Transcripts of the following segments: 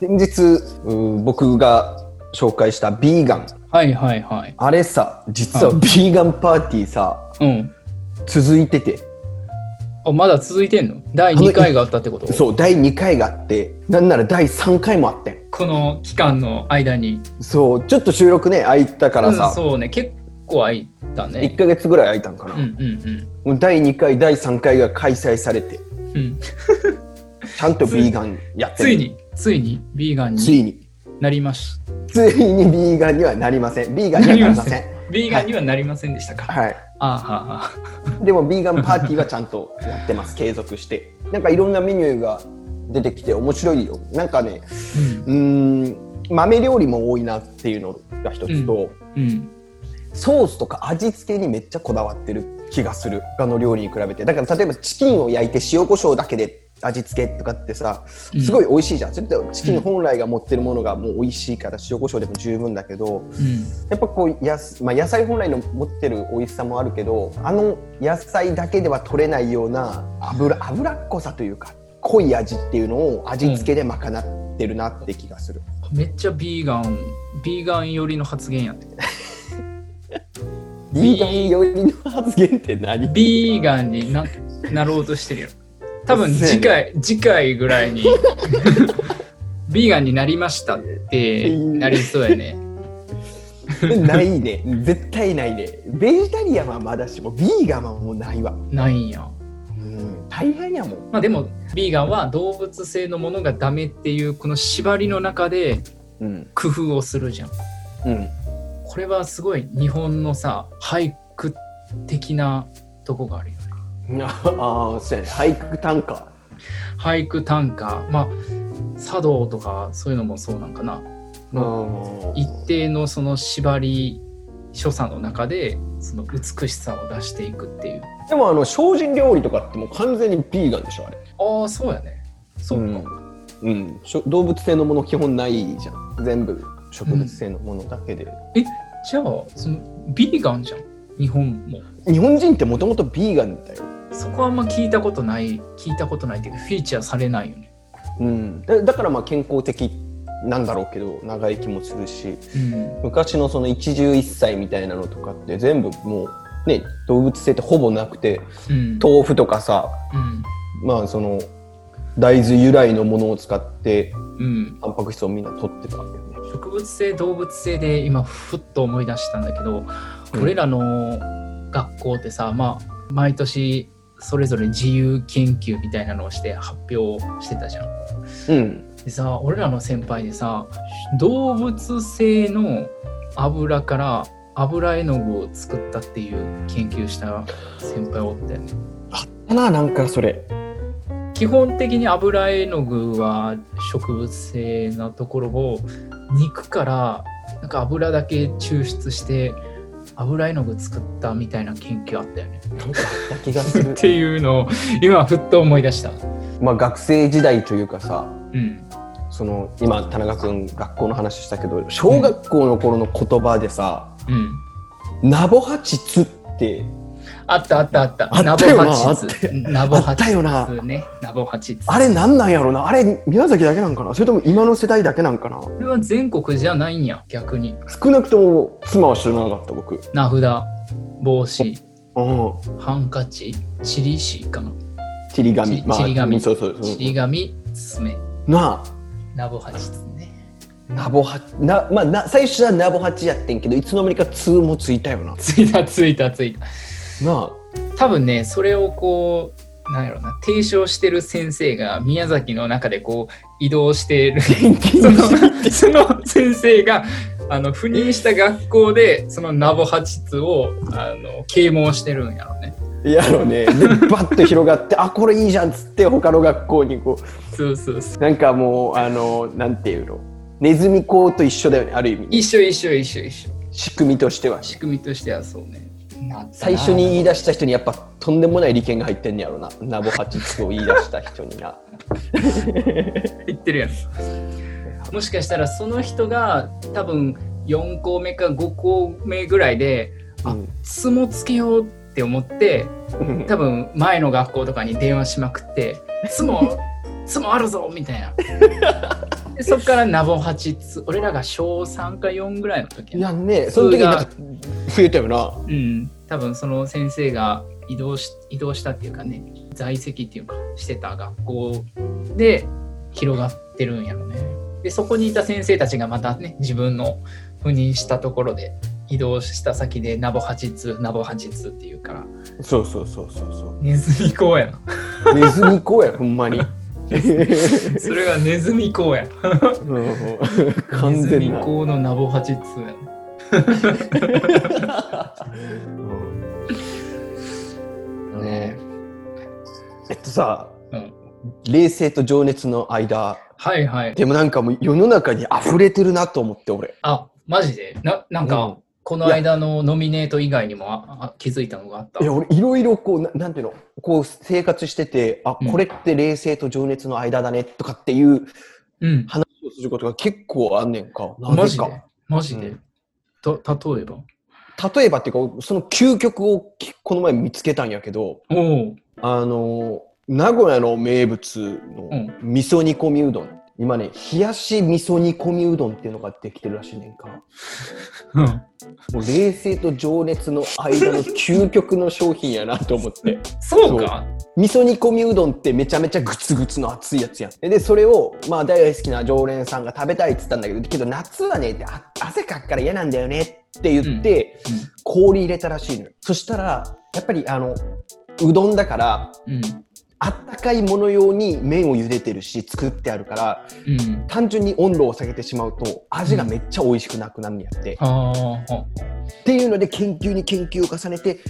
先日うー僕が紹介したビーガンはいはいはい。あれさ実ははビーガンパーティーさうん。続いててあ、まだ続いてんの第2回があったってことそう第2回があってなんなら第3回もあってんこの期間の間に。そうちょっと収録ね空いたからうんさ、そうね、結構空いた一1ね。か月ぐらい空いたんかな、うんうんもう第2回第3回が開催されてうん。うん、ちゃんとビーガンやってつるいに、ついに、ビーガンつにいになりましついにビーガンにはなりませんビーガンにはなりませんた。ビーガンにはなりませんでしたか。はいああはあはでもビーガンパーティーはちゃんとやってます継続してなんかいろんなメニューが出てきて面白いよなんかねあ。うんうーん豆料理も多いなっていうのが一つと、うん。ソースとか味付けにめっちゃこだわってる気がする他の料理に比べてだから例えばチキンを焼いて塩コショウだけで味付けとかってさすごい美味しいじゃん、それってチキン本来が持ってるものがもう美味しいから塩コショウでも十分だけどうん。やっぱこうやす、まあ、野菜本来の持ってる美味しさもあるけどあの野菜だけでは取れないような油脂っこさというか濃い味っていうのを味付けで賄ってるなって気がする、めっちゃビーガン、ビーガン寄りの発言やって。ビーガン寄りの発言って何ビーガンにななろうとしてるよ。多分そうやね次回、次回ぐらいに ビーガンになりましたってなりそうやね。ないね絶対ないねベジタリアンはまだしもビーガンはもうないわ、ないんや。うん、大変やもんまあでも、ビーガンは動物性のものがダメっていうこの縛りの中でうん工夫をするじゃん。うんこれはすごい日本のさ、俳句的なとこがあるよね。ああそうやね俳句短歌俳句短歌、まあ、茶道とかそういうのもそうなんかな。うん一定のその縛り所作の中でその美しさを出していくっていうでもあの精進料理とかってもう完全にビーガンでしょあれああそうやねそうか、うん、うんしょ動物性のもの基本ないじゃん全部植物性のものだけで、じゃあそのビーガンじゃん日本も日本人ってもともとビーガンだよ、そこはあんま聞いたことない聞いたことないっていうかフィーチャーされないよねうん、だだからまあ健康的なんだろうけど長生きもするしうん昔のその一汁一菜みたいなのとかって全部もうね動物性ってほぼなくてうん豆腐とかさうんまあその大豆由来のものを使ってうん、タンパク質をみんな取ってたわけよね。植物性動物性で今ふっと思い出したんだけど、うん俺らの学校ってさまあ毎年それぞれ自由研究みたいなのをして発表してたじゃんうん、でさ俺らの先輩でさ動物性の油から油絵の具を作ったっていう研究した先輩おったよねかななんかそれ基本的に油絵の具は植物性なところを肉からなんか油だけ抽出して油絵の具作ったみたいな研究あったよねなんか あった気がするっていうのを今ふっと思い出したまあ学生時代というかさうんその今田中君学校の話したけど小学校の頃の言葉でさう「んナボハチツ」ってあったあったあったあナっボたよなハチツナボハチあったよなツねナボハチツあれなんなんやろなあれ宮崎だけなんかなそれとも今の世代だけなんかなこれは全国じゃないんや逆に少なくとも妻は知らなかった僕。名札帽子うんハンカチチリシーかなちり紙ちちり紙そうそうそうちり紙爪なあナボハチツねナボハなまあな最初はナボハチやってんけどいつの間にか「ツ」もついたよなついたついたついたなあ多分ねそれをこうなんやろな提唱してる先生が宮崎の中でこう移動してるそのその先生があの赴任した学校でそのナボハチツをあの啓蒙してるんやろねやろねで バッと広がって「あこれいいじゃん」っつって他の学校にこうそうそうそうなんかもうあのなんていうのネズミ講と一緒だよねある意味ね一緒一緒一緒一緒仕組みとしては仕組みとしてはそうね最初に言い出した人にやっぱとんでもない利権が入ってんねやろなナボハチツを言い出した人に な言ってるやんもしかしたらその人が多分4校目か5校目ぐらいでうんつもつけようって思ってうん多分前の 学校とかに電話しまくって「つもつもあるぞ!」みたいなでそっからナボハチつ俺らが小3か4ぐらいの時いやねその時なんか増えたよなうん、多分その先生が移動し移動したっていうかね在籍っていうかしてた学校で広がってるんやろね。でそこにいた先生たちがまたね自分の赴任したところで移動した先でナボハチツナボハチツっていうからそうそうそうそうそネズミ講やな。うネズミ講やほんま にそれがネズミ講や。うん完全ネズなミ講のナボハチツやな。うんえっとさうん冷静と情熱の間はいはい。でもなんかもう世の中に溢れてるなと思って俺あマジでななんか、うんこの間のノミネート以外にもああ気づいたのがあったい。や俺いろいろこうななんていうのこう生活しててあうんこれって冷静と情熱の間だねとかっていううん。話をすることが結構あんねんかなマぜジでかマジで、うんと例えば例えばっていうかその究極をきこの前見つけたんやけどおうあの名古屋の名物うのん味噌煮込みうどん、今ね冷やし味噌煮込みうどんっていうのができてるらしいねんかもう冷静と情熱の間の究極の商品やなと思って そうか味噌煮込みうどんってめちゃめちゃグツグツの熱いやつやんでそれをまあ大好きな常連さんが食べたいって言ったんだけどけど夏はねあ汗かくから嫌なんだよねって言って、うんうん氷入れたらしいのよそしたらやっぱりあのうどんだからうんあったかいもの用に麺を茹でてるし作ってあるからうん単純に温度を下げてしまうと味がめっちゃ美味しくなくなるんやって、はあはっていうので研究に研究を重ねて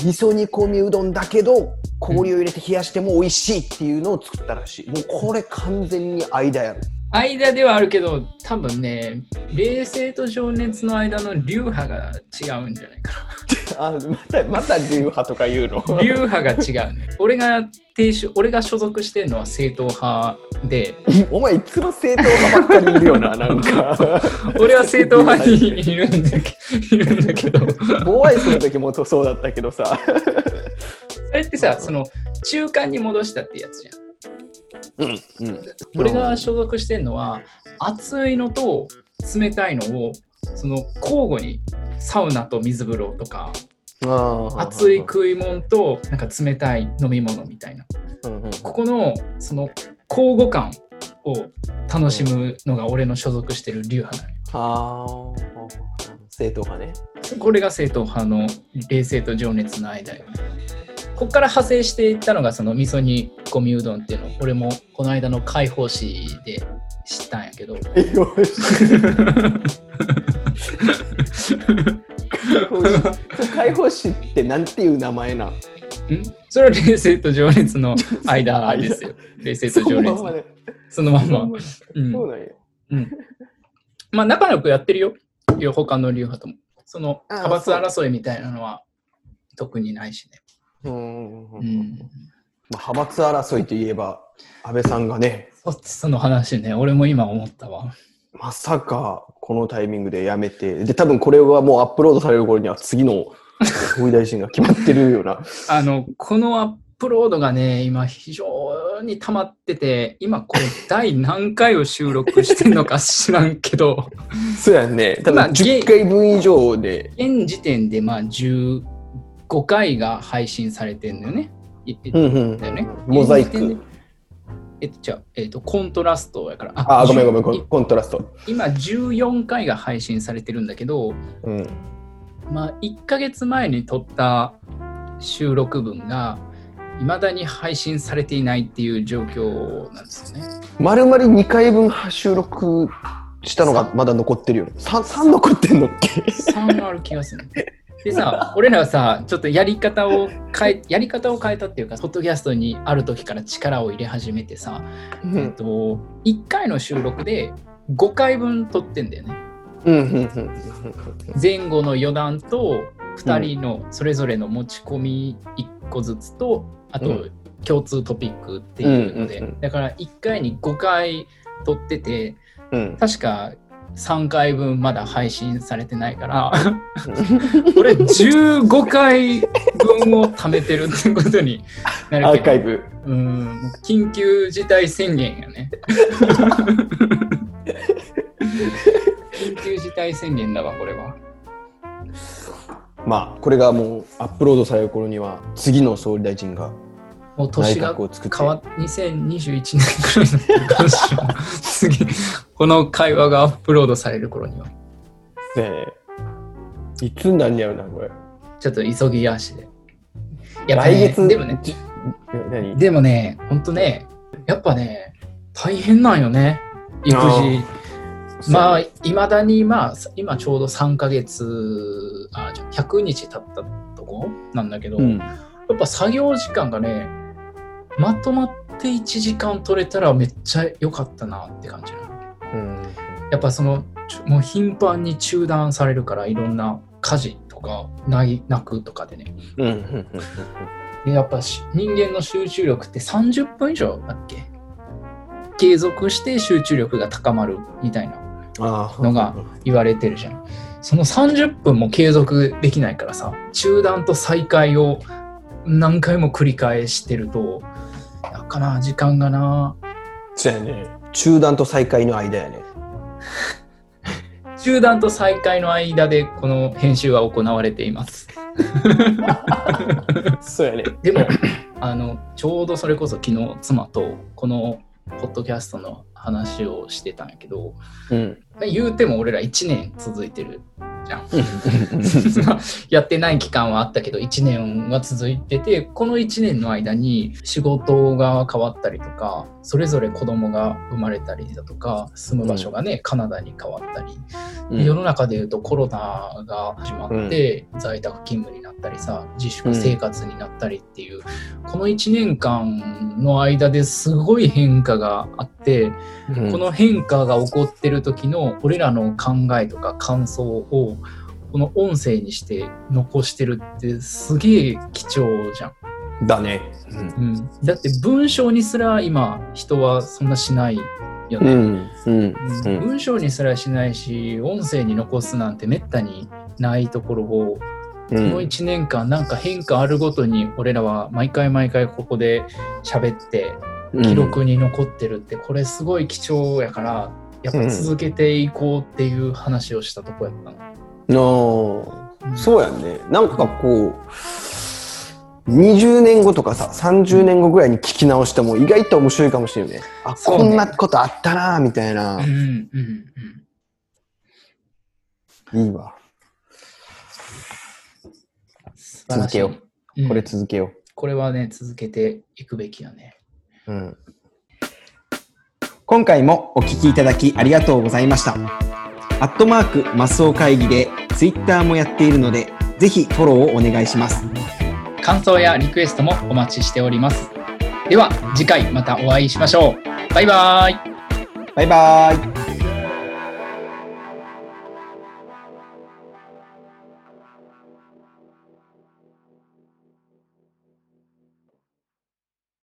味噌煮込みうどんだけど氷を入れて冷やしても美味しいっていうのを作ったらしいもうこれ完全に間やろあ間ではあるけど多分ね冷静と情熱の間の流派が違うんじゃないかあまたまた流派とか言うのな流派が違うね俺が提出俺が所属してるのは正統派で お前いつも正統派ばっかりいるよななん か俺は正統派にいるんだけいるんだけどボーアイスの時もそうだったけどさそれってさその中間に戻したってやつじゃんうんうん俺が所属してるのは熱いのと冷たいのをその交互にサウナと水風呂とか熱い食い物となんか冷たい飲み物みたいなうんうんここのその交互感を楽しむのが俺の所属してる流派なのよあー正統派ねこれが正統派の冷静と情熱の間よねここから派生していったのがその味噌煮込みうどんっていうのを俺もこの間の解放誌で知ったんやけどえよし解放誌解放誌ってなんていう名前 なんんそれは冷静と情熱の間で すよ。冷静と情熱そのまんまねそのまんそのままん。まうんそうなんやまあ仲良くやってるよ。他の流派とも。そのああ派閥争いみたいなのは特にないしね。うんうんううんん。まあ派閥争いといえば安倍さんがねそその話ね、俺も今思ったわ。まさかこのタイミングで辞めてで多分これはもうアップロードされる頃には次の 法医大臣が決まってるようなあの、このアップロードがね、今非常に溜まってて、今これ第何回を収録してんのか知らんけど、 そうやんね多分まあゲイ10回分以上で現時点でまあ15回が配信されてんのよね。いうんうんだよね。モザイ現時点クで。えっと、じゃあえっと、コントラストやから。ああごめんごめんいコントラスト今、14回が配信されてるんだけど、うんまあ、1ヶ月前に撮った収録分が、いまだに配信されていないっていう状況なんですよね。まるまる2回分収録したのがまだ残ってるよね 3, 3残ってんのっけ3ある気がする。でさ、俺らはさ、ちょっとやり方を変え、やり方を変えたっていうか、ポッドキャストにある時から力を入れ始めてさ、うえっと、1回の収録で5回分撮ってんだよね。うんうんうん前後の余談と2人のそれぞれの持ち込み1個ずつと、あうと共通トピックっていうので、うんうんうんだから1回に5回撮っててうんうん確か3回分まだ配信されてないから俺15回分を貯めてるってことになアーるけどカイブ うん緊急事態宣言やね大宣言だわ、これは。まあ、これがもうアップロードされる頃には、次の総理大臣がもう年が内閣を作って変わっ2021年くらいになってるかもしれない次、この会話がアップロードされる頃には。ねえ、いつになんやろな、これ。ちょっと急ぎ足で。やっぱ来ね月でもね、じえ何でもね、ほんとね、やっぱね、大変なんよね、育児。まあ、いまだに、まあ、今ちょうど3ヶ月、あ、じゃあ100日経ったとこなんだけど、うん、やっぱ作業時間がね、まとまって1時間取れたらめっちゃ良かったなって感じなの。うん、やっぱその、ちょもう頻繁に中断されるから、いろんな家事とか、ない泣くとかでね。うん、うん、でやっぱし人間の集中力って30分以上だっけ継続して集中力が高まるみたいなああのが言われてるじゃんその30分も継続できないからさ中断と再開を何回も繰り返してるとなんかな時間がなそうやね中断と再開の間やね 中断と再開の間でこの編集は行われていますそうやねでも あのちょうどそれこそ昨日妻とこのポッドキャストの話をしてたんやけど、うん言うても俺ら1年続いてるじゃん。まあやってない期間はあったけど1年は続いててこの1年の間に仕事が変わったりとかそれぞれ子供が生まれたりだとか住む場所がね、カナダに変わったり、で 世の中でいうとコロナが始まって在宅勤務になったりさ自粛生活になったりっていう、この1年間の間ですごい変化があって。この変化が起こってる時の俺らの考えとか感想をこの音声にして残してるってすげえ貴重じゃん,、うんだねうん。だって文章にすら今人はそんなしないようね。んうんうんうん文章にすらしないし音声に残すなんてめったにないところをうこのん1年間なんか変化あるごとに俺らは毎回毎回ここで喋って記録に残ってるってこれすごい貴重やからやっぱ続けていこうっていう話をしたとこやったの、のうんそうやねなんかこう20年後とかさ30年後ぐらいに聞き直しても意外と面白いかもしれないねあそうねこんなことあったなみたいなうんうんういんいわ素晴続らしけいようんこれ続けよこれはね続けていくべきやねう、うん、今回もお聞きいただきありがとうございましたアットマークマスオ会議でツイッターもやっているのでぜひフォローをお願いします感想やリクエストもお待ちしておりますでは次回またお会いしましょうバイバイバイバイ